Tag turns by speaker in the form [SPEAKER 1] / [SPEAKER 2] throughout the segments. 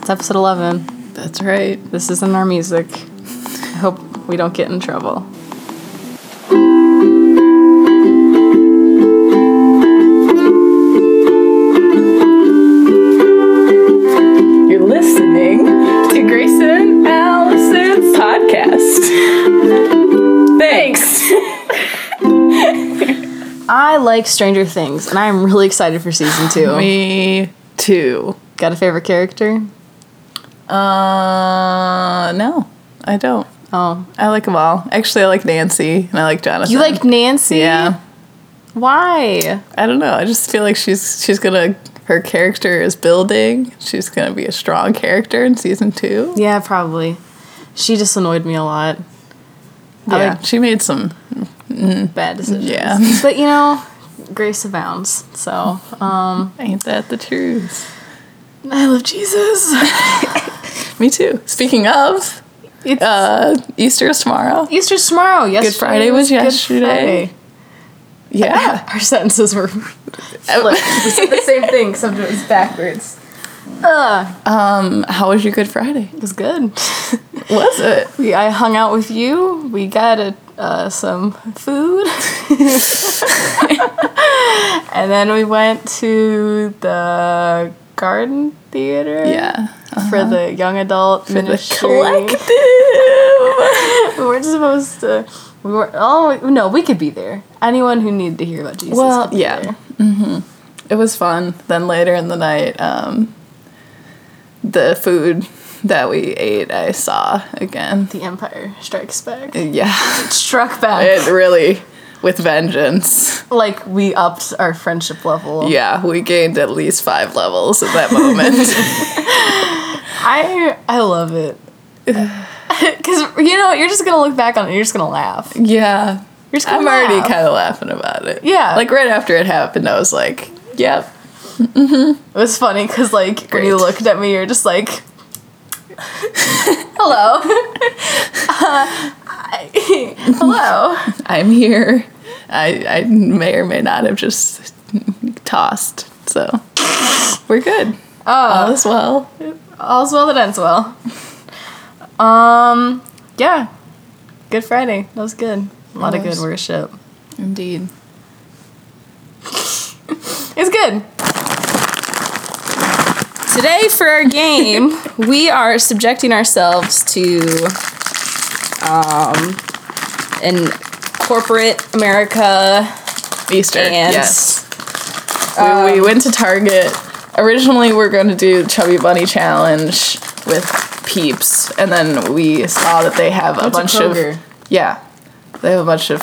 [SPEAKER 1] It's episode 11.
[SPEAKER 2] That's right.
[SPEAKER 1] This isn't our music. I hope we don't get in trouble.
[SPEAKER 2] You're listening to Grayson and Allison's podcast. Thanks.
[SPEAKER 1] I like Stranger Things, and I'm really excited for season
[SPEAKER 2] Oh.
[SPEAKER 1] two.
[SPEAKER 2] Me too.
[SPEAKER 1] Got a favorite character?
[SPEAKER 2] Uh, no, I don't.
[SPEAKER 1] Oh,
[SPEAKER 2] I like them all. Actually, I like Nancy and I like Jonathan.
[SPEAKER 1] you like Nancy?
[SPEAKER 2] Yeah.
[SPEAKER 1] Why?
[SPEAKER 2] I don't know. I just feel like she's she's gonna her character is building. She's gonna be a strong character in season two.
[SPEAKER 1] Yeah, probably. She just annoyed me a lot. I
[SPEAKER 2] yeah,
[SPEAKER 1] like-
[SPEAKER 2] she made some.
[SPEAKER 1] Bad decisions.
[SPEAKER 2] Yeah,
[SPEAKER 1] But you know, grace abounds. So um,
[SPEAKER 2] ain't that the truth?
[SPEAKER 1] I love Jesus.
[SPEAKER 2] Me too. Speaking of,
[SPEAKER 1] It's
[SPEAKER 2] uh, Easter is tomorrow.
[SPEAKER 1] Easter's tomorrow. Yesterday
[SPEAKER 2] Friday was yesterday. Yeah.
[SPEAKER 1] Our sentences were flipped. we said the same thing, except it was backwards. Ugh.
[SPEAKER 2] Um, how was your Good Friday?
[SPEAKER 1] It was good.
[SPEAKER 2] Was it?
[SPEAKER 1] we, I hung out with you. We got a, uh, some food. and then we went to the garden theater
[SPEAKER 2] Yeah. uh-huh.
[SPEAKER 1] for the young adult for
[SPEAKER 2] The collective.
[SPEAKER 1] we weren't supposed to. We were. Oh no, we could be there. Anyone who needed to hear about Jesus.
[SPEAKER 2] Well,
[SPEAKER 1] could be
[SPEAKER 2] yeah. Mm-hmm.
[SPEAKER 1] there.
[SPEAKER 2] it was fun. Then later in the night, um, the food that we ate, I saw again.
[SPEAKER 1] The Empire Strikes Back.
[SPEAKER 2] Yeah.
[SPEAKER 1] It struck back.
[SPEAKER 2] It really, with vengeance.
[SPEAKER 1] like we upped our friendship level.
[SPEAKER 2] Yeah, we gained at least five levels at that moment.
[SPEAKER 1] I I love it. Cause you know you're just gonna look back on it. You're just gonna laugh. You're
[SPEAKER 2] yeah.
[SPEAKER 1] just gonna
[SPEAKER 2] I'm already
[SPEAKER 1] laugh.
[SPEAKER 2] kind of laughing about it.
[SPEAKER 1] Yeah.
[SPEAKER 2] Like right after it happened, I was like, yep.
[SPEAKER 1] It was funny because like when you
[SPEAKER 2] Great.
[SPEAKER 1] looked at me, you're just like, hello, Uh, I- hello.
[SPEAKER 2] I'm here. I, I may or may not have just tossed. So we're good. All is well.
[SPEAKER 1] All's well that ends well. Um, yeah. Good Friday. That was good. A lot of good
[SPEAKER 2] Always.
[SPEAKER 1] worship.
[SPEAKER 2] Indeed.
[SPEAKER 1] It's good. Today for our game, we are subjecting ourselves to um, in corporate America
[SPEAKER 2] Easter.
[SPEAKER 1] and
[SPEAKER 2] yes. uh, we, we went to Target. Originally, we are going to do Chubby Bunny Challenge with Peeps, and then we saw that they have a
[SPEAKER 1] Went to
[SPEAKER 2] bunch of
[SPEAKER 1] Kroger.
[SPEAKER 2] yeah, they have a bunch of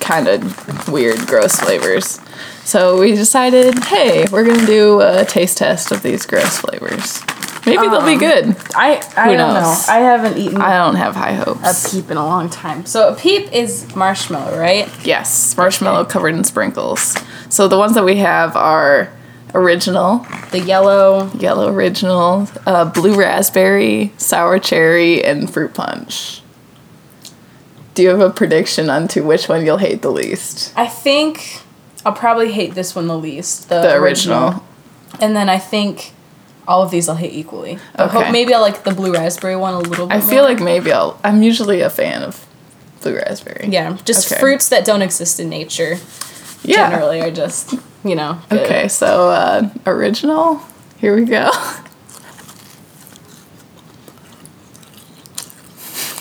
[SPEAKER 2] kind of weird, gross flavors. So we decided, hey, we're gonna do a taste test of these gross flavors. Maybe they'll be good.
[SPEAKER 1] I I
[SPEAKER 2] Who
[SPEAKER 1] don't
[SPEAKER 2] knows?
[SPEAKER 1] know. I haven't eaten
[SPEAKER 2] I don't have high
[SPEAKER 1] a
[SPEAKER 2] hopes.
[SPEAKER 1] peep in a long time. So a peep is marshmallow, right?
[SPEAKER 2] Yes, marshmallow covered in sprinkles. So the ones that we have are original,
[SPEAKER 1] The yellow
[SPEAKER 2] yellow original, uh, blue raspberry, sour cherry, and fruit punch. Do you have a prediction on to which one you'll hate the least?
[SPEAKER 1] I think I'll probably hate this one the least. The,
[SPEAKER 2] The original.
[SPEAKER 1] And then I think all of these I'll hate equally. I hope
[SPEAKER 2] Okay.
[SPEAKER 1] maybe I like the blue raspberry one a little bit.
[SPEAKER 2] I feel
[SPEAKER 1] more.
[SPEAKER 2] like maybe I'll. I'm usually a fan of blue raspberry.
[SPEAKER 1] yeah, just
[SPEAKER 2] Okay.
[SPEAKER 1] fruits that don't exist in nature
[SPEAKER 2] Yeah.
[SPEAKER 1] generally are just you know. good.
[SPEAKER 2] Okay, so uh, original. Here we go.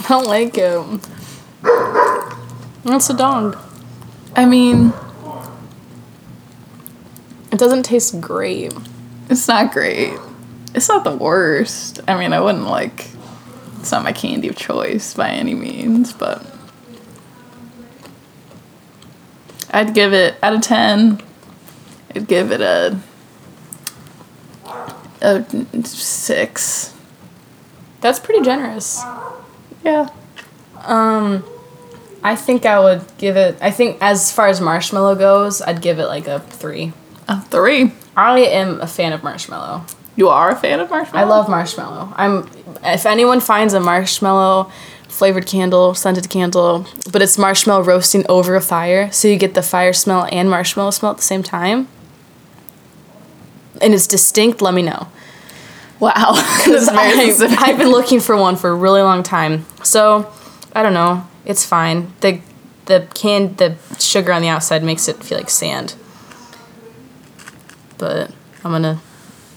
[SPEAKER 1] I don't like it. It's a dog.
[SPEAKER 2] I mean,
[SPEAKER 1] It doesn't taste great.
[SPEAKER 2] it's not great. It's not the worst. I mean, I wouldn't like. It's not my candy of choice by any means, but I'd give it out of ten. I'd give it a a six.
[SPEAKER 1] That's pretty generous.
[SPEAKER 2] Yeah.
[SPEAKER 1] Um, I think I would give it. I think as far as marshmallow goes, I'd give it like a three.
[SPEAKER 2] A three.
[SPEAKER 1] I am a fan of marshmallow.
[SPEAKER 2] You are a fan of marshmallow.
[SPEAKER 1] I love marshmallow. I'm if anyone finds a marshmallow flavored candle, scented candle, but it's marshmallow roasting over a fire, so you get the fire smell and marshmallow smell at the same time. And it's distinct, let me know.
[SPEAKER 2] Wow.
[SPEAKER 1] Because
[SPEAKER 2] That's very specific.
[SPEAKER 1] I've been looking for one for a really long time. So I don't know. It's fine. The the can the sugar on the outside makes it feel like sand. But I'm gonna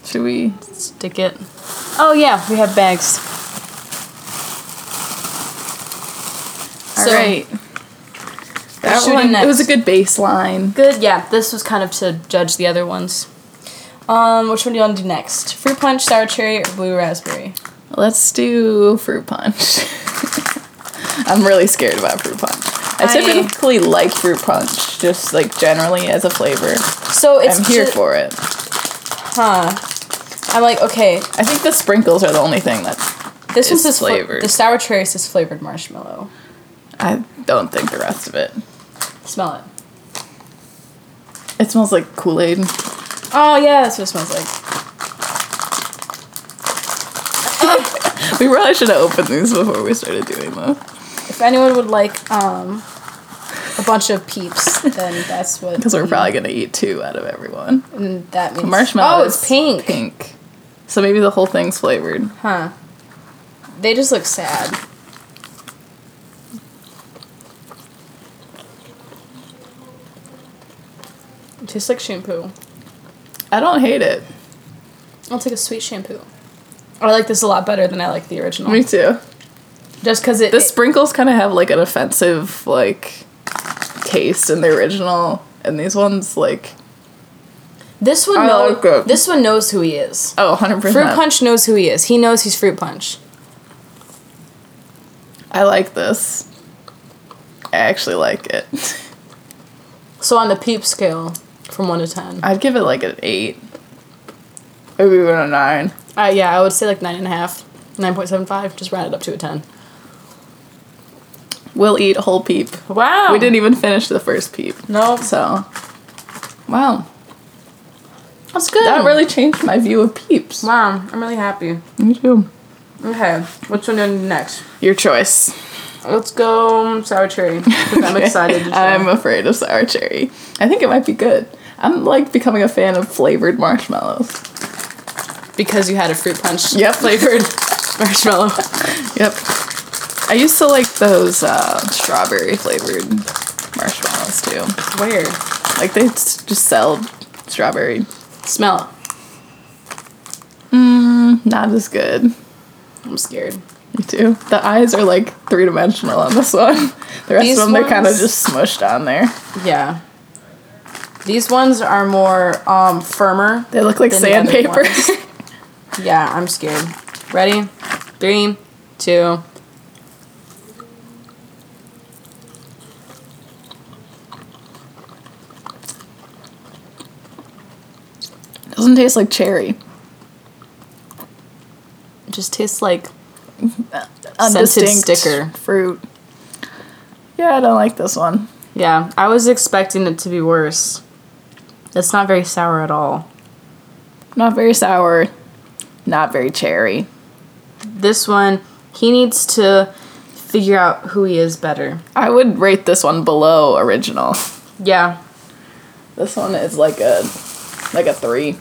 [SPEAKER 2] Should we?
[SPEAKER 1] stick it. Oh yeah, we have bags.
[SPEAKER 2] All
[SPEAKER 1] So-
[SPEAKER 2] right. That
[SPEAKER 1] shooting
[SPEAKER 2] one, it was a
[SPEAKER 1] next.
[SPEAKER 2] good baseline.
[SPEAKER 1] Good, yeah. This was kind of to judge the other ones. Um, which one do you want to do next? Fruit punch, sour cherry, or blue raspberry?
[SPEAKER 2] Let's do fruit punch. I'm really scared about fruit punch. I,
[SPEAKER 1] I-
[SPEAKER 2] typically like fruit punch, just like generally as a flavor.
[SPEAKER 1] So it's
[SPEAKER 2] I'm here
[SPEAKER 1] ju-
[SPEAKER 2] for it.
[SPEAKER 1] huh. I'm like okay.
[SPEAKER 2] I think the sprinkles are the only thing that
[SPEAKER 1] This
[SPEAKER 2] It's
[SPEAKER 1] one's says fla-
[SPEAKER 2] flavored.
[SPEAKER 1] the sour cherry says flavored marshmallow.
[SPEAKER 2] I don't think the rest of it.
[SPEAKER 1] Smell it.
[SPEAKER 2] It smells like Kool Aid.
[SPEAKER 1] Oh yeah, that's what it smells like.
[SPEAKER 2] We probably should have opened these before we started doing them.
[SPEAKER 1] If anyone would like um, a bunch of peeps, then that's what.
[SPEAKER 2] Because we're probably gonna eat two out of everyone.
[SPEAKER 1] and that means
[SPEAKER 2] Marshmallow.
[SPEAKER 1] Oh, it's
[SPEAKER 2] is
[SPEAKER 1] pink.
[SPEAKER 2] Pink. So maybe the whole thing's flavored.
[SPEAKER 1] Huh. They just look sad. It tastes like shampoo.
[SPEAKER 2] I don't hate it.
[SPEAKER 1] I'll take a sweet shampoo. I like this a lot better than I like the original.
[SPEAKER 2] Me too.
[SPEAKER 1] Just because it,
[SPEAKER 2] The sprinkles kind of have like an offensive like taste in the original, and these ones like
[SPEAKER 1] this one
[SPEAKER 2] I
[SPEAKER 1] knows
[SPEAKER 2] like it.
[SPEAKER 1] this one knows who he is.
[SPEAKER 2] oh 100
[SPEAKER 1] Fruit
[SPEAKER 2] percent.
[SPEAKER 1] Punch knows who he is. He knows he's Fruit Punch.
[SPEAKER 2] I like this. I actually like it.
[SPEAKER 1] So on the peep scale, from one to ten,
[SPEAKER 2] I'd give it like an eight, maybe even a nine.
[SPEAKER 1] uh, yeah, I would say like nine and a half, nine point seven five. Just round it up to a ten.
[SPEAKER 2] We'll eat whole peep.
[SPEAKER 1] Wow,
[SPEAKER 2] We didn't even finish the first peep,
[SPEAKER 1] No,
[SPEAKER 2] so wow,
[SPEAKER 1] that's good.
[SPEAKER 2] that really changed my view of peeps.
[SPEAKER 1] Mom, I'm really happy.
[SPEAKER 2] Me too.
[SPEAKER 1] Okay, which one do you want to do next?
[SPEAKER 2] Your choice.
[SPEAKER 1] Let's go um, sour cherry. 'cause I'm excited. to try.
[SPEAKER 2] I'm afraid of sour cherry. I think it might be good. I'm like becoming a fan of flavored marshmallows.
[SPEAKER 1] because you had a fruit punch.
[SPEAKER 2] Yep.
[SPEAKER 1] flavored marshmallow.
[SPEAKER 2] Yep. I used to like those uh, strawberry flavored marshmallows too.
[SPEAKER 1] Where?
[SPEAKER 2] Like they s- just sell strawberry.
[SPEAKER 1] Smell.
[SPEAKER 2] Not as good.
[SPEAKER 1] I'm scared.
[SPEAKER 2] Me too. The eyes are like three dimensional on this one. The rest
[SPEAKER 1] These
[SPEAKER 2] of them they're kind of
[SPEAKER 1] ones-
[SPEAKER 2] just smushed on there.
[SPEAKER 1] Yeah. These ones are more um, firmer.
[SPEAKER 2] They look like
[SPEAKER 1] Than the other
[SPEAKER 2] sandpaper.
[SPEAKER 1] ones. Yeah, I'm scared. Ready? Three, two.
[SPEAKER 2] Doesn't taste like cherry.
[SPEAKER 1] It just tastes like Scented
[SPEAKER 2] Undistinct
[SPEAKER 1] sticker.
[SPEAKER 2] fruit. Yeah, I don't like this one.
[SPEAKER 1] yeah. I was expecting it to be worse. It's not very sour at all.
[SPEAKER 2] Not very sour. Not very cherry.
[SPEAKER 1] This one, he needs to figure out who he is better.
[SPEAKER 2] I would rate this one below original.
[SPEAKER 1] Yeah.
[SPEAKER 2] This one is like a like a three.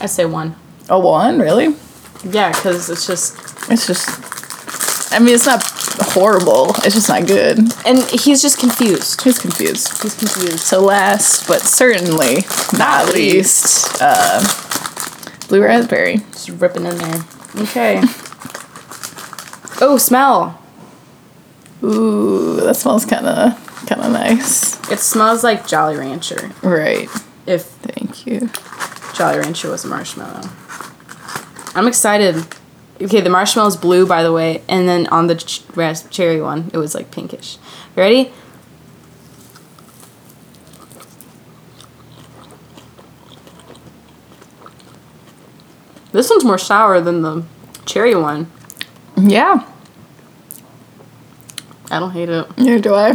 [SPEAKER 1] I say one.
[SPEAKER 2] A one, really?
[SPEAKER 1] Yeah, because it's just.
[SPEAKER 2] It's just I mean it's not horrible. It's just not good.
[SPEAKER 1] And he's just confused.
[SPEAKER 2] Who's confused?
[SPEAKER 1] He's confused.
[SPEAKER 2] So last but certainly not least, uh blue raspberry.
[SPEAKER 1] Just ripping in there. Okay. oh, smell.
[SPEAKER 2] Ooh, that smells kinda kinda nice.
[SPEAKER 1] It smells like Jolly Rancher.
[SPEAKER 2] Right.
[SPEAKER 1] If
[SPEAKER 2] Thank you.
[SPEAKER 1] Jolly Rancher was a marshmallow. I'm excited. Okay, the marshmallow's blue, by the way, and then on the ch- ras- cherry one, it was like pinkish. Ready? This one's more sour than the cherry one.
[SPEAKER 2] Yeah.
[SPEAKER 1] I don't hate it.
[SPEAKER 2] Neither do I.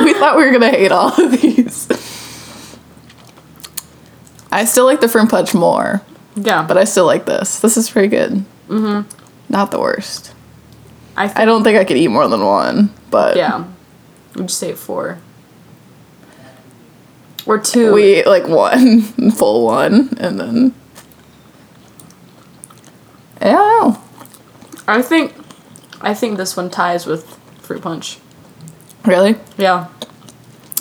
[SPEAKER 2] we thought we were gonna hate all of these. I still like the firm punch more,
[SPEAKER 1] Yeah,
[SPEAKER 2] but I still like this. This is pretty good. Mm-hmm. Not the worst.
[SPEAKER 1] I, think
[SPEAKER 2] I don't think I could eat more than one, but
[SPEAKER 1] yeah. Would you say four or two?
[SPEAKER 2] we ate like one full one, and then
[SPEAKER 1] I think, I think this one ties with fruit punch.
[SPEAKER 2] Really?
[SPEAKER 1] Yeah.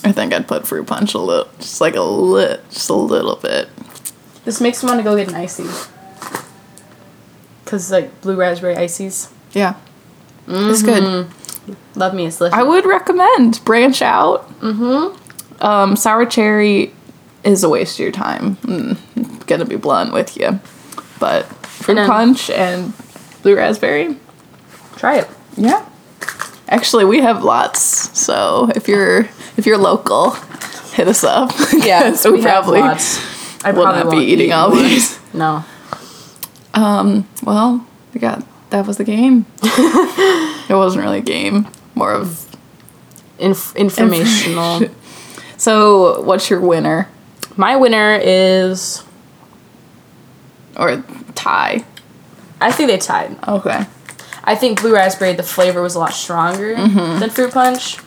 [SPEAKER 2] I think I'd put fruit punch a little, just like a lit, just a little bit.
[SPEAKER 1] This makes me want to go get an icy. Cause like blue raspberry ices,
[SPEAKER 2] Yeah, it's good.
[SPEAKER 1] love me a slish.
[SPEAKER 2] I would recommend branch out. Mm-hmm. Um, sour cherry is a waste of your time. Mm, gonna be blunt with you, but fruit
[SPEAKER 1] then-
[SPEAKER 2] punch and blue raspberry.
[SPEAKER 1] try it.
[SPEAKER 2] Yeah. Actually, we have lots. So if you're if you're local, hit us up.
[SPEAKER 1] Yeah,
[SPEAKER 2] 'Cause we, probably
[SPEAKER 1] I
[SPEAKER 2] will not be
[SPEAKER 1] won't
[SPEAKER 2] eating
[SPEAKER 1] eat
[SPEAKER 2] all
[SPEAKER 1] one.
[SPEAKER 2] these.
[SPEAKER 1] No.
[SPEAKER 2] um, Well, we got that was the game. it wasn't really a game, more of
[SPEAKER 1] Inf- informational.
[SPEAKER 2] so. What's your winner
[SPEAKER 1] My winner is.
[SPEAKER 2] or tie?
[SPEAKER 1] I think they tied.
[SPEAKER 2] Okay.
[SPEAKER 1] I think blue raspberry, the flavor was a lot stronger
[SPEAKER 2] Mm-hmm.
[SPEAKER 1] than fruit punch.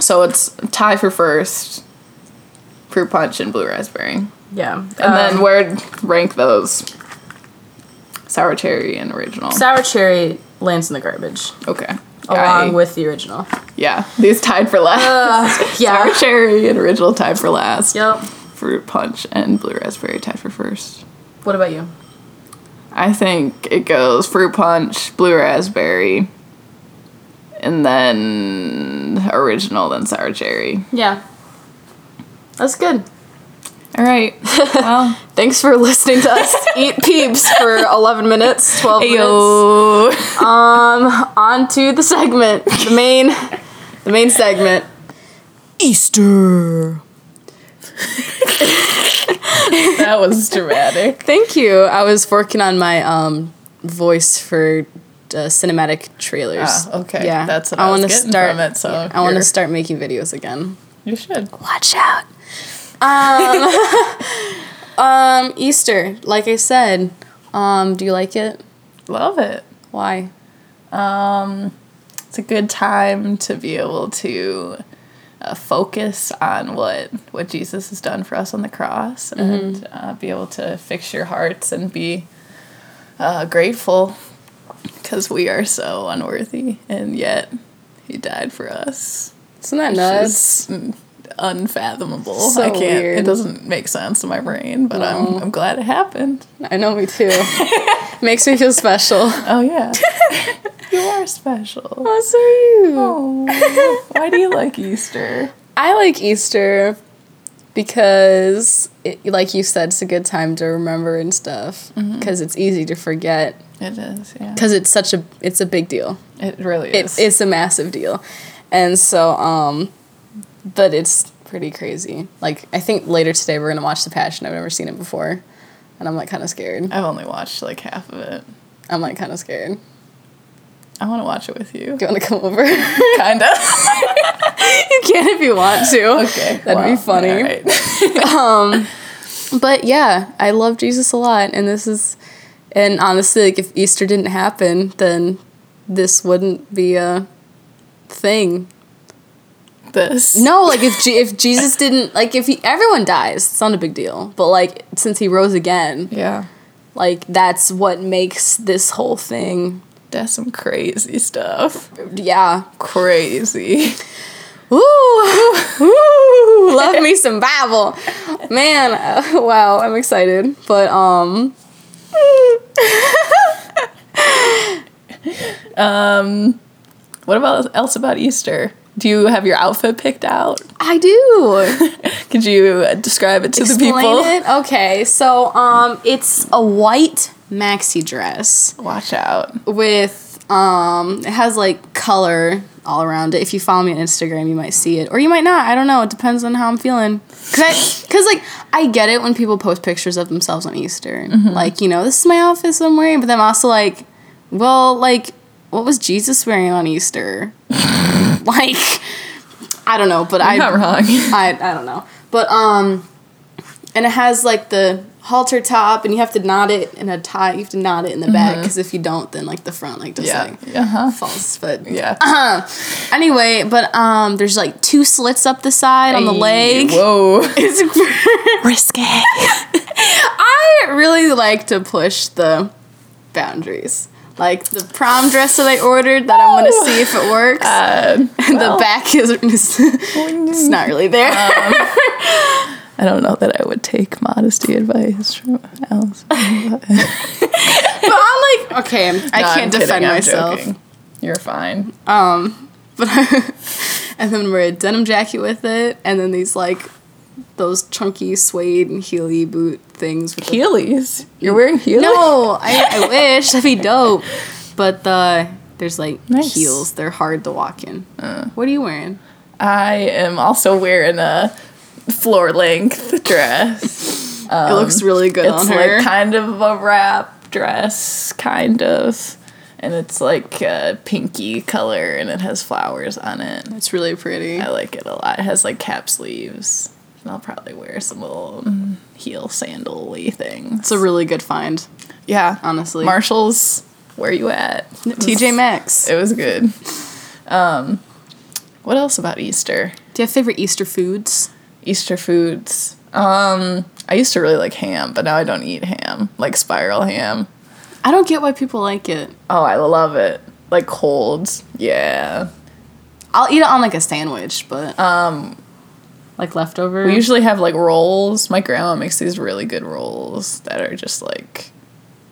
[SPEAKER 2] So it's tie for first, fruit punch and blue raspberry, and
[SPEAKER 1] Yeah. Um, And
[SPEAKER 2] then where rank those? Sour cherry and original.
[SPEAKER 1] sour cherry lands in the garbage
[SPEAKER 2] okay.
[SPEAKER 1] along
[SPEAKER 2] I-
[SPEAKER 1] with the original.
[SPEAKER 2] Yeah, these tied for last. Sour
[SPEAKER 1] yeah.
[SPEAKER 2] cherry and original tied for last.
[SPEAKER 1] Yep.
[SPEAKER 2] Fruit punch and blue raspberry tied for first.
[SPEAKER 1] What about you?
[SPEAKER 2] I think it goes fruit punch, blue raspberry, and then original, then sour cherry.
[SPEAKER 1] Yeah. That's good.
[SPEAKER 2] All right. Well,
[SPEAKER 1] Thanks for listening to us eat peeps for 11 minutes, 12 minutes.
[SPEAKER 2] ayo.
[SPEAKER 1] On to the segment, the main, the main segment.
[SPEAKER 2] Easter. that was dramatic.
[SPEAKER 1] Thank you. I was working on my um, voice for uh, cinematic trailers.
[SPEAKER 2] Ah, okay. That's what I was
[SPEAKER 1] wanna
[SPEAKER 2] getting from it, so
[SPEAKER 1] yeah, I want to
[SPEAKER 2] you're-
[SPEAKER 1] start making videos again.
[SPEAKER 2] You should.
[SPEAKER 1] Watch out. Um, um, Easter. Like I said, um, do you like it?
[SPEAKER 2] Love it.
[SPEAKER 1] Why?
[SPEAKER 2] it's a good time to be able to uh, focus on what what Jesus has done for us on the cross, and
[SPEAKER 1] Mm-hmm.
[SPEAKER 2] uh, be able to fix your hearts and be uh, grateful because we are so unworthy, and yet He died for us.
[SPEAKER 1] Isn't that
[SPEAKER 2] It's
[SPEAKER 1] nuts?
[SPEAKER 2] unfathomable.
[SPEAKER 1] So
[SPEAKER 2] I can't. It
[SPEAKER 1] weird.
[SPEAKER 2] doesn't make sense to my brain, but I'm I'm glad it happened.
[SPEAKER 1] I know me too. Makes me feel special.
[SPEAKER 2] Oh yeah, you are special.
[SPEAKER 1] Oh, so are you.
[SPEAKER 2] Oh, why do you like Easter?
[SPEAKER 1] I like Easter because, it, like you said, it's a good time to remember and stuff because it's easy to forget
[SPEAKER 2] It is, yeah.
[SPEAKER 1] because it's such a it's a big deal.
[SPEAKER 2] It really
[SPEAKER 1] It's
[SPEAKER 2] is.
[SPEAKER 1] it's a massive deal, and so um, but it's pretty crazy. Like I think later today we're gonna watch The Passion. I've never seen it before, and I'm like kind of scared.
[SPEAKER 2] I've only watched like half of it.
[SPEAKER 1] I'm like kind of scared.
[SPEAKER 2] I want to watch it with you.
[SPEAKER 1] Do you want to come over? you
[SPEAKER 2] kind of.
[SPEAKER 1] can if you want to.
[SPEAKER 2] okay.
[SPEAKER 1] That'd be
[SPEAKER 2] wow,
[SPEAKER 1] funny.
[SPEAKER 2] all right.
[SPEAKER 1] But yeah, I love Jesus a lot, and this is, and honestly, like if Easter didn't happen, then this wouldn't be a thing.
[SPEAKER 2] This.
[SPEAKER 1] No, like if Je- if Jesus didn't, like if he, everyone dies, it's not a big deal. But like since he rose again,
[SPEAKER 2] Yeah.
[SPEAKER 1] like that's what makes this whole thing.
[SPEAKER 2] That's some crazy stuff.
[SPEAKER 1] Yeah.
[SPEAKER 2] Crazy.
[SPEAKER 1] Woo! Woo! Love me some Bible, man. uh, wow, I'm excited. But um,
[SPEAKER 2] What about else about Easter? Do you have your outfit picked out?
[SPEAKER 1] I do.
[SPEAKER 2] Could you uh, describe it to the
[SPEAKER 1] Explain
[SPEAKER 2] people?
[SPEAKER 1] It? Okay, so um, it's a white maxi dress
[SPEAKER 2] Watch out.
[SPEAKER 1] with um, it has like color all around it. If you follow me on Instagram, you might see it, or you might not. I don't know. It depends on how I'm feeling. Cause, I, cause like I get it when people post pictures of themselves on Easter,
[SPEAKER 2] Mm-hmm.
[SPEAKER 1] like you know, this is my outfit so I'm wearing. But then I'm also like, well, like what was Jesus wearing on Easter? like, I don't know, but I
[SPEAKER 2] I'm not wrong.
[SPEAKER 1] I I don't know. But um and it has like the halter top and you have to knot it in a tie. You have to knot it in the back cuz if you don't then like the front like just
[SPEAKER 2] Mm-hmm. yeah.
[SPEAKER 1] like
[SPEAKER 2] Uh-huh.
[SPEAKER 1] falls. But
[SPEAKER 2] Yeah.
[SPEAKER 1] anyway, but um there's like two slits up the side on the leg.
[SPEAKER 2] Whoa.
[SPEAKER 1] It's
[SPEAKER 2] Risky.
[SPEAKER 1] I really like to push the boundaries. Like the prom dress that I ordered that I'm gonna see if it works.
[SPEAKER 2] Uh,
[SPEAKER 1] and the back is it's not really there.
[SPEAKER 2] Uh, I don't know that I would take modesty advice from Alice. No,
[SPEAKER 1] but I'm like, okay, I'm, I
[SPEAKER 2] I'm
[SPEAKER 1] can't
[SPEAKER 2] kidding,
[SPEAKER 1] defend
[SPEAKER 2] I'm
[SPEAKER 1] myself.
[SPEAKER 2] joking. You're fine.
[SPEAKER 1] But I, and then wear a denim jacket with it, and then these like those chunky suede and heely boot things with the
[SPEAKER 2] Heelys. You're wearing Heelys?
[SPEAKER 1] No, I, I wish that'd be dope. But the there's like
[SPEAKER 2] Nice. Uh.
[SPEAKER 1] heels. They're hard to walk in. what are you wearing?
[SPEAKER 2] I am also wearing a floor length dress.
[SPEAKER 1] it looks really good on
[SPEAKER 2] Um, it's
[SPEAKER 1] her.
[SPEAKER 2] like kind of a wrap dress, kind of. And it's like a pinky color and it has flowers on it.
[SPEAKER 1] it's really pretty.
[SPEAKER 2] I like it a lot. It has like cap sleeves. And I'll probably wear some little mm, heel sandal y things.
[SPEAKER 1] It's a really good find,
[SPEAKER 2] Yeah.
[SPEAKER 1] honestly.
[SPEAKER 2] Marshalls, where you at?
[SPEAKER 1] TJ Maxx.
[SPEAKER 2] It was good. Um, what else about Easter?
[SPEAKER 1] Do you have favorite Easter foods?
[SPEAKER 2] Easter foods. Um, I used to really like ham, but now I don't eat ham, like spiral ham.
[SPEAKER 1] I don't get why people like it.
[SPEAKER 2] Oh, I love it. Like colds. Yeah.
[SPEAKER 1] I'll eat it on like a sandwich, but um, like leftover.
[SPEAKER 2] We usually have like rolls. My grandma makes these really good rolls that are just like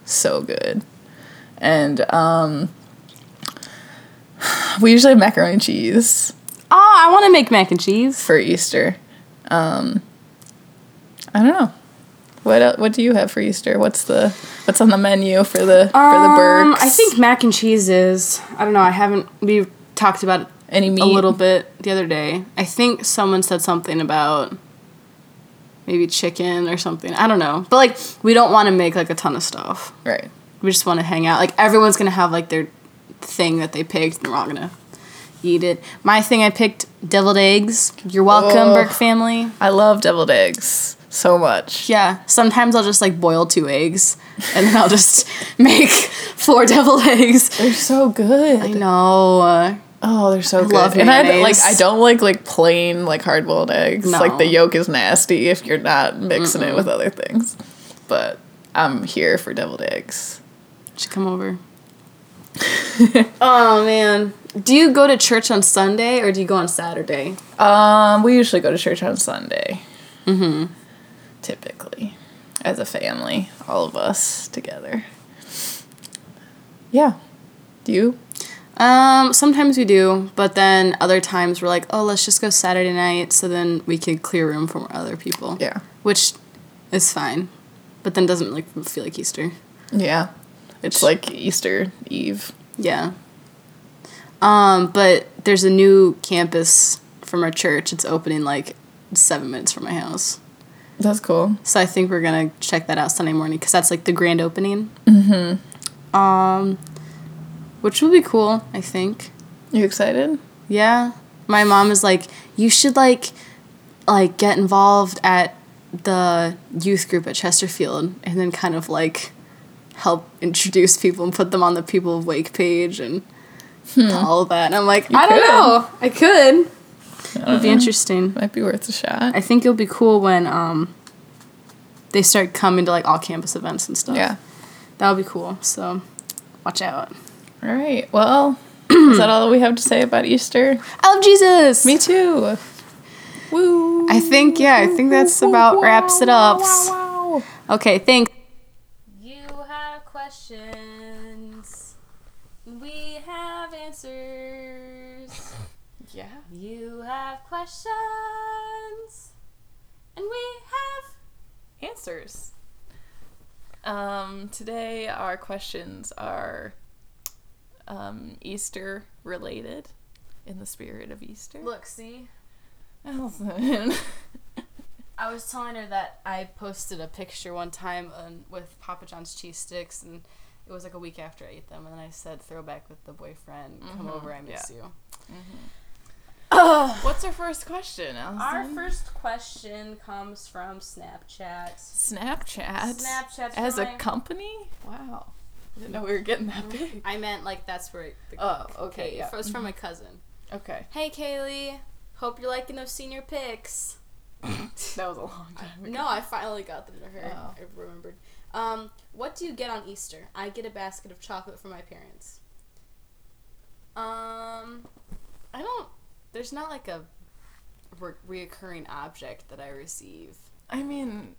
[SPEAKER 2] so good. And um we usually have macaroni and cheese
[SPEAKER 1] oh, I want to make mac and cheese.
[SPEAKER 2] for Easter. Um I don't know. What el- what do you have for Easter? What's the what's on the menu for the for the
[SPEAKER 1] Um,
[SPEAKER 2] burgers?
[SPEAKER 1] I think mac and cheese is. I don't know. I haven't. We talked about it
[SPEAKER 2] any meat
[SPEAKER 1] a little bit the other day. I think someone said something about maybe chicken or something. I don't know. But like we don't want to make like a ton of stuff.
[SPEAKER 2] right.
[SPEAKER 1] We just want to hang out. Like everyone's going to have like their thing that they picked and we're all going to eat it. My thing I picked deviled eggs. You're welcome,
[SPEAKER 2] Oh.
[SPEAKER 1] Burke family.
[SPEAKER 2] I love deviled eggs so much.
[SPEAKER 1] Yeah. Sometimes I'll just like boil two eggs and then I'll just make four deviled eggs.
[SPEAKER 2] They're so good.
[SPEAKER 1] I know. uh,
[SPEAKER 2] Oh, they're so good.
[SPEAKER 1] love
[SPEAKER 2] and I like
[SPEAKER 1] mayonnaise.
[SPEAKER 2] I don't like like plain like hard boiled eggs.
[SPEAKER 1] No.
[SPEAKER 2] Like the yolk is nasty if you're not mixing it with other things. But I'm here for deviled eggs.
[SPEAKER 1] Should come over. oh man. Do you go to church on Sunday or do you go on Saturday?
[SPEAKER 2] Um, we usually go to church on Sunday. Mm-hmm. Typically, as a family, all of us together. Yeah. Do you?
[SPEAKER 1] Um, sometimes we do, but then other times we're like, oh, let's just go Saturday night so then we could clear room for other people.
[SPEAKER 2] Yeah.
[SPEAKER 1] Which is fine. But then doesn't like feel like Easter.
[SPEAKER 2] Yeah. It's like Easter Eve.
[SPEAKER 1] Yeah. Um, but there's a new campus from our church. It's opening like seven minutes from my house.
[SPEAKER 2] That's cool.
[SPEAKER 1] So I think we're gonna check that out Sunday morning because that's like the grand opening. Mm-hmm. Um, which will be cool, I think.
[SPEAKER 2] You excited?
[SPEAKER 1] Yeah, my mom is like, you should like, like get involved at the youth group at Chesterfield, and then kind of like help introduce people and put them on the People of Wake page and all of that. And I'm like, I
[SPEAKER 2] could.
[SPEAKER 1] don't know, I could. It would be interesting.
[SPEAKER 2] Might be worth a shot.
[SPEAKER 1] I think it'll be cool when um they start coming to like all campus events and stuff.
[SPEAKER 2] yeah.
[SPEAKER 1] That'll be cool. So watch out.
[SPEAKER 2] All right. Well, is that all we have to say about Easter?
[SPEAKER 1] I love Jesus.
[SPEAKER 2] Me too. Woo.
[SPEAKER 1] I think yeah, I think that's about wraps it up.
[SPEAKER 2] Wow.
[SPEAKER 1] Okay, thanks.
[SPEAKER 3] You have questions. We have answers.
[SPEAKER 2] Yeah.
[SPEAKER 3] You have questions. And we have
[SPEAKER 2] Answers. Um, today our questions are um, Easter related, in the spirit of Easter.
[SPEAKER 3] Look, see?
[SPEAKER 2] Allison.
[SPEAKER 1] I was telling her that I posted a picture one time on, with Papa John's cheese sticks, and it was like a week after I ate them. And then I said, "Throwback with the boyfriend, come over, I miss you."
[SPEAKER 2] What's our first question, Allison?
[SPEAKER 3] Our first question comes from Snapchat.
[SPEAKER 2] Snapchat.
[SPEAKER 3] Snapchat's
[SPEAKER 2] as a
[SPEAKER 3] fine.
[SPEAKER 2] company. Wow. I didn't know we were getting that big.
[SPEAKER 1] I meant like that's where. It, the,
[SPEAKER 2] Oh,
[SPEAKER 1] okay, it was from my cousin.
[SPEAKER 2] Okay.
[SPEAKER 3] Hey, Kaylee. Hope you're liking those senior pics.
[SPEAKER 2] That was a long time ago.
[SPEAKER 1] No, I finally got them to her.
[SPEAKER 2] Oh.
[SPEAKER 1] I remembered.
[SPEAKER 3] Um, what do you get on Easter? I get a basket of chocolate from my parents.
[SPEAKER 1] Um, I don't. There's not like a re- reoccurring object that I receive.
[SPEAKER 2] I mean,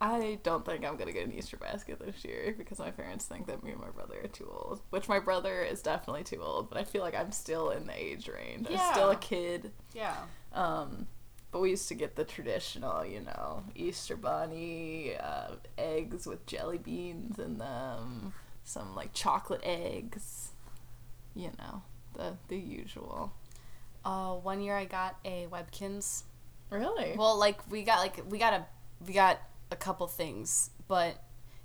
[SPEAKER 2] I don't think I'm gonna get an Easter basket this year because my parents think that me and my brother are too old. Which my brother is definitely too old, but I feel like I'm still in the age range.
[SPEAKER 1] Yeah.
[SPEAKER 2] I'm still a kid.
[SPEAKER 1] Yeah.
[SPEAKER 2] Um, but we used to get the traditional, you know, Easter bunny uh, eggs with jelly beans in them, some like chocolate eggs, you know, the the usual.
[SPEAKER 1] Uh, one year I got a Webkins.
[SPEAKER 2] Really?
[SPEAKER 1] Well, like we got like we got a we got a couple things, but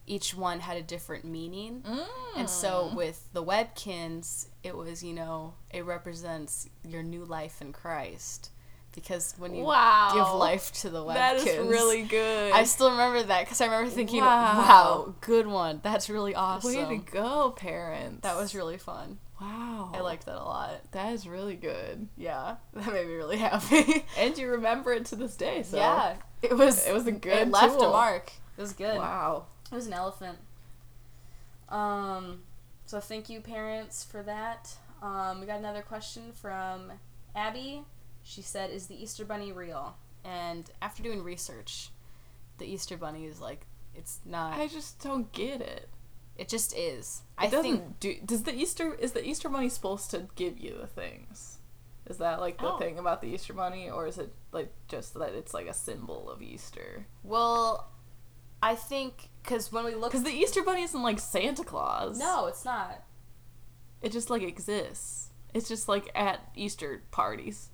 [SPEAKER 1] each one had a different meaning.
[SPEAKER 2] Mm.
[SPEAKER 1] And so with the Webkins, it was you know it represents your new life in Christ, because when you
[SPEAKER 2] Wow.
[SPEAKER 1] give life to the Webkins,
[SPEAKER 2] that is really good.
[SPEAKER 1] I still remember that because I remember thinking,
[SPEAKER 2] Wow.
[SPEAKER 1] wow. good one. That's really awesome."
[SPEAKER 2] Way to go, parents.
[SPEAKER 1] That was really fun.
[SPEAKER 2] wow.
[SPEAKER 1] I liked that a lot.
[SPEAKER 2] that is really good.
[SPEAKER 1] Yeah, that made me really happy.
[SPEAKER 2] And you remember it to this day. So
[SPEAKER 1] yeah, it was.
[SPEAKER 2] it was a good.
[SPEAKER 1] It left a
[SPEAKER 2] tool.
[SPEAKER 1] mark. It was good.
[SPEAKER 2] Wow.
[SPEAKER 3] It was an elephant. Um, so thank you, parents, for that. Um, we got another question from Abby.
[SPEAKER 1] She said, "Is the Easter Bunny real?" And after doing research, the Easter Bunny is like, it's not.
[SPEAKER 2] I just don't get it.
[SPEAKER 1] it just is.
[SPEAKER 2] It
[SPEAKER 1] I
[SPEAKER 2] doesn't
[SPEAKER 1] think.
[SPEAKER 2] do. Does the Easter is the Easter bunny supposed to give you the things? Is that like the
[SPEAKER 1] Oh.
[SPEAKER 2] thing about the Easter bunny, or is it like just that it's like a symbol of Easter?
[SPEAKER 1] Well, I think because when we look,
[SPEAKER 2] Because the Easter bunny isn't like Santa Claus.
[SPEAKER 3] No, it's not.
[SPEAKER 2] it just like exists. It's just like at Easter parties.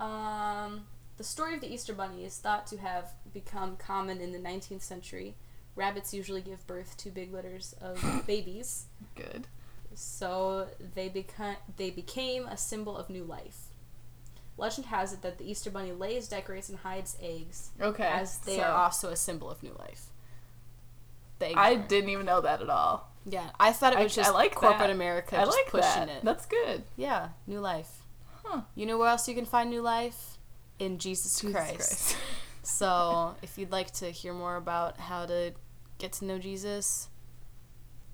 [SPEAKER 3] Um, the story of the Easter Bunny is thought to have become common in the 19th century. Rabbits usually give birth to big litters of babies,
[SPEAKER 2] Good.
[SPEAKER 3] so they become they became a symbol of new life. Legend has it that the Easter Bunny lays, decorates, and hides eggs,
[SPEAKER 2] Okay.
[SPEAKER 1] as they
[SPEAKER 2] so-
[SPEAKER 1] are also a symbol of new life. They
[SPEAKER 2] I
[SPEAKER 1] are.
[SPEAKER 2] didn't even know that at all.
[SPEAKER 1] Yeah, I thought it
[SPEAKER 2] I-
[SPEAKER 1] was
[SPEAKER 2] I
[SPEAKER 1] just
[SPEAKER 2] like
[SPEAKER 1] corporate
[SPEAKER 2] that.
[SPEAKER 1] America
[SPEAKER 2] I
[SPEAKER 1] just
[SPEAKER 2] like
[SPEAKER 1] pushing
[SPEAKER 2] that.
[SPEAKER 1] it.
[SPEAKER 2] That's good.
[SPEAKER 1] yeah, new life.
[SPEAKER 2] Huh.
[SPEAKER 1] You know where else you can find new life? In Jesus,
[SPEAKER 2] Jesus
[SPEAKER 1] Christ. so, if you'd like to hear more about how to get to know Jesus,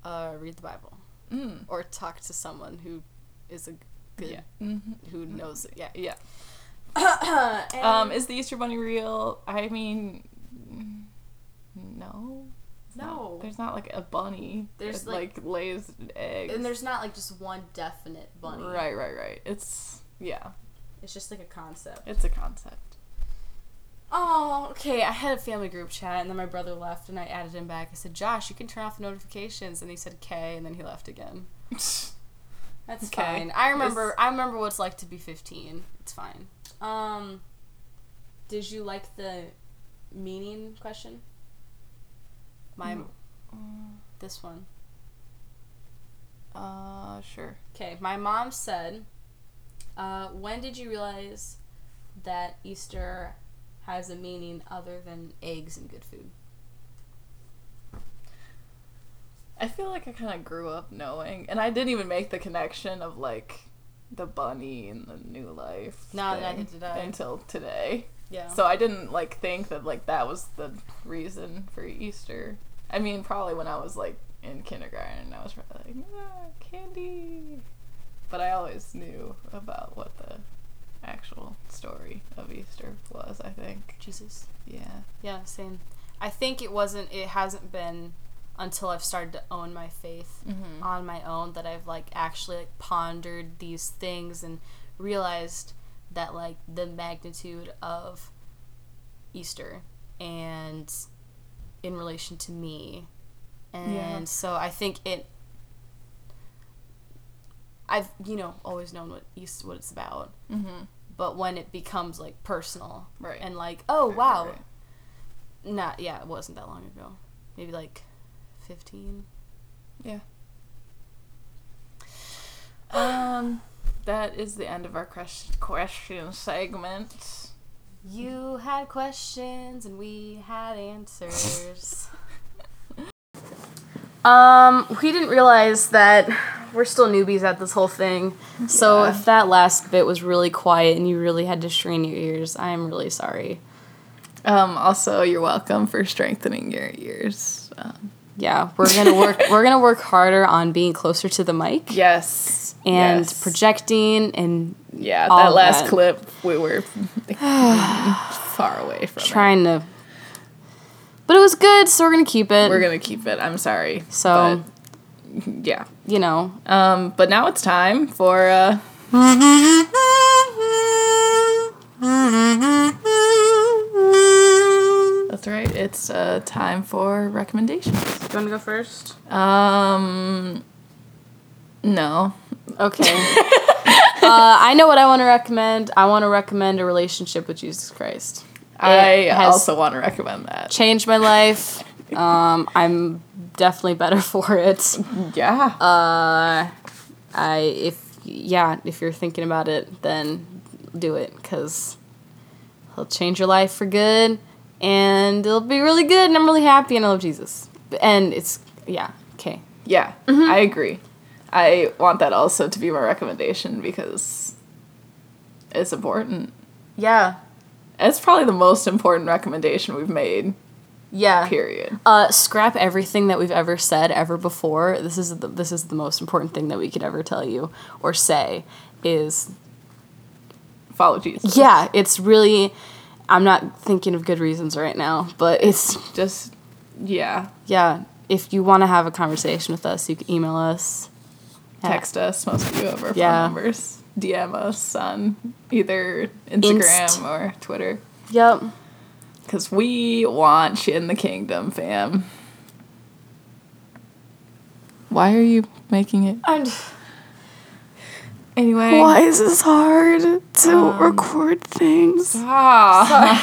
[SPEAKER 1] uh, read the Bible
[SPEAKER 2] mm.
[SPEAKER 1] or talk to someone who is a good
[SPEAKER 2] Yeah. hmm
[SPEAKER 1] who knows it. Yeah.
[SPEAKER 2] Yeah.
[SPEAKER 3] And-
[SPEAKER 2] Um, is the Easter Bunny real? I mean, mm, no. It's not-
[SPEAKER 3] No.
[SPEAKER 2] there's not like a bunny.
[SPEAKER 1] There's,
[SPEAKER 2] that, like, lays eggs.
[SPEAKER 1] And there's not like just one definite bunny.
[SPEAKER 2] Right, right, right. It's yeah.
[SPEAKER 3] It's just like a concept.
[SPEAKER 2] It's a concept.
[SPEAKER 1] Oh, okay. I had a family group chat, and then my brother left, and I added him back. I said, "Josh, you can turn off the notifications," and he said, "Okay," and then he left again. That's
[SPEAKER 2] Okay.
[SPEAKER 1] fine. I remember.
[SPEAKER 2] It's-
[SPEAKER 1] I remember what it's like to be 15. It's fine.
[SPEAKER 3] Um, did you like the meaning question?
[SPEAKER 1] My
[SPEAKER 2] Mm.
[SPEAKER 1] this one.
[SPEAKER 2] uh, sure.
[SPEAKER 3] Okay, my mom said, uh, when did you realize that Easter has a meaning other than eggs and good food?
[SPEAKER 2] I feel like I kind of grew up knowing, and I didn't even make the connection of like the bunny and the new life.
[SPEAKER 1] No, neither
[SPEAKER 2] thing
[SPEAKER 1] did I.
[SPEAKER 2] Until today.
[SPEAKER 1] Yeah.
[SPEAKER 2] So I didn't like think that like that was the reason for Easter. I mean, probably when I was like in kindergarten, I was probably like ah, candy, but I always knew about what the actual story of Easter was. I think.
[SPEAKER 1] Jesus.
[SPEAKER 2] Yeah.
[SPEAKER 1] Yeah, same. I think it wasn't. It hasn't been until I've started to own my faith
[SPEAKER 2] Mhm.
[SPEAKER 1] on my own that I've like actually like pondered these things and realized that like the magnitude of Easter and in relation to me. And
[SPEAKER 2] Yeah.
[SPEAKER 1] so I think it I've, you know, always known what East what it's about,
[SPEAKER 2] Mhm.
[SPEAKER 1] but when it becomes like personal
[SPEAKER 2] Right.
[SPEAKER 1] and like, oh
[SPEAKER 2] Right,
[SPEAKER 1] wow,
[SPEAKER 2] right, right.
[SPEAKER 1] not yeah, it wasn't that long ago. Maybe like 15.
[SPEAKER 2] Yeah. Um, that is the end of our question question segment. Hmm.
[SPEAKER 1] You had questions and we had answers. um, we didn't realize that we're still newbies at this whole thing. So
[SPEAKER 2] Yeah.
[SPEAKER 1] if that last bit was really quiet and you really had to strain your ears, I'm really sorry.
[SPEAKER 2] Um, also, you're welcome for strengthening your ears. Um,
[SPEAKER 1] Yeah, we're gonna work. we're gonna work harder on being closer to the mic
[SPEAKER 2] yes.
[SPEAKER 1] and
[SPEAKER 2] yes.
[SPEAKER 1] projecting and
[SPEAKER 2] Yeah,
[SPEAKER 1] all
[SPEAKER 2] that
[SPEAKER 1] of
[SPEAKER 2] last
[SPEAKER 1] that.
[SPEAKER 2] clip we were far away from. it.
[SPEAKER 1] trying to. But it was good, so we're gonna keep it.
[SPEAKER 2] We're gonna keep it. I'm sorry.
[SPEAKER 1] So-
[SPEAKER 2] but, yeah.
[SPEAKER 1] you know.
[SPEAKER 2] Um, but now it's time for uh, that's right. It's uh, time for recommendations.
[SPEAKER 1] you wanna go first?
[SPEAKER 2] Um, no.
[SPEAKER 1] Okay. uh, I know what I want to recommend. I want to recommend a relationship with Jesus Christ.
[SPEAKER 2] I
[SPEAKER 1] has-
[SPEAKER 2] also want to recommend that.
[SPEAKER 1] Changed my life. Um, I'm definitely better for it.
[SPEAKER 2] Yeah.
[SPEAKER 1] Uh, I if yeah, if you're thinking about it, then do it because he'll change your life for good, and it'll be really good. And I'm really happy, and I love Jesus. And it's yeah, okay.
[SPEAKER 2] yeah.
[SPEAKER 1] Mm-hmm.
[SPEAKER 2] I agree. I want that also to be my recommendation because it's important.
[SPEAKER 1] Yeah,
[SPEAKER 2] It's probably the most important recommendation we've made.
[SPEAKER 1] yeah.
[SPEAKER 2] Period.
[SPEAKER 1] Uh, scrap everything that we've ever said ever before. This is the, this is the most important thing that we could ever tell you or say is
[SPEAKER 2] Follow Jesus.
[SPEAKER 1] yeah, it's really I'm not thinking of good reasons right now, but it's
[SPEAKER 2] Just yeah.
[SPEAKER 1] yeah, if you want to have a conversation with us, you can email us. at-
[SPEAKER 2] Text us. Most of you have our
[SPEAKER 1] Yeah.
[SPEAKER 2] phone numbers. DM us on either Instagram
[SPEAKER 1] Inst.
[SPEAKER 2] or Twitter.
[SPEAKER 1] Yep.
[SPEAKER 2] Because we want you in the kingdom, fam. Why are you making it?
[SPEAKER 1] I'm
[SPEAKER 2] Anyway.
[SPEAKER 1] is this hard to record things?
[SPEAKER 2] Ah.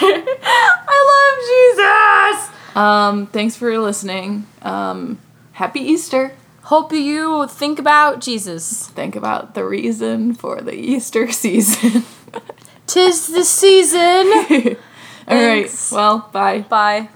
[SPEAKER 1] I love Jesus.
[SPEAKER 2] Um, thanks for listening. Um, happy Easter.
[SPEAKER 1] Hope you think about Jesus.
[SPEAKER 2] Think about the reason for the Easter season.
[SPEAKER 1] Tis the season.
[SPEAKER 2] All right.
[SPEAKER 1] Thanks.
[SPEAKER 2] Well, bye.
[SPEAKER 1] Bye.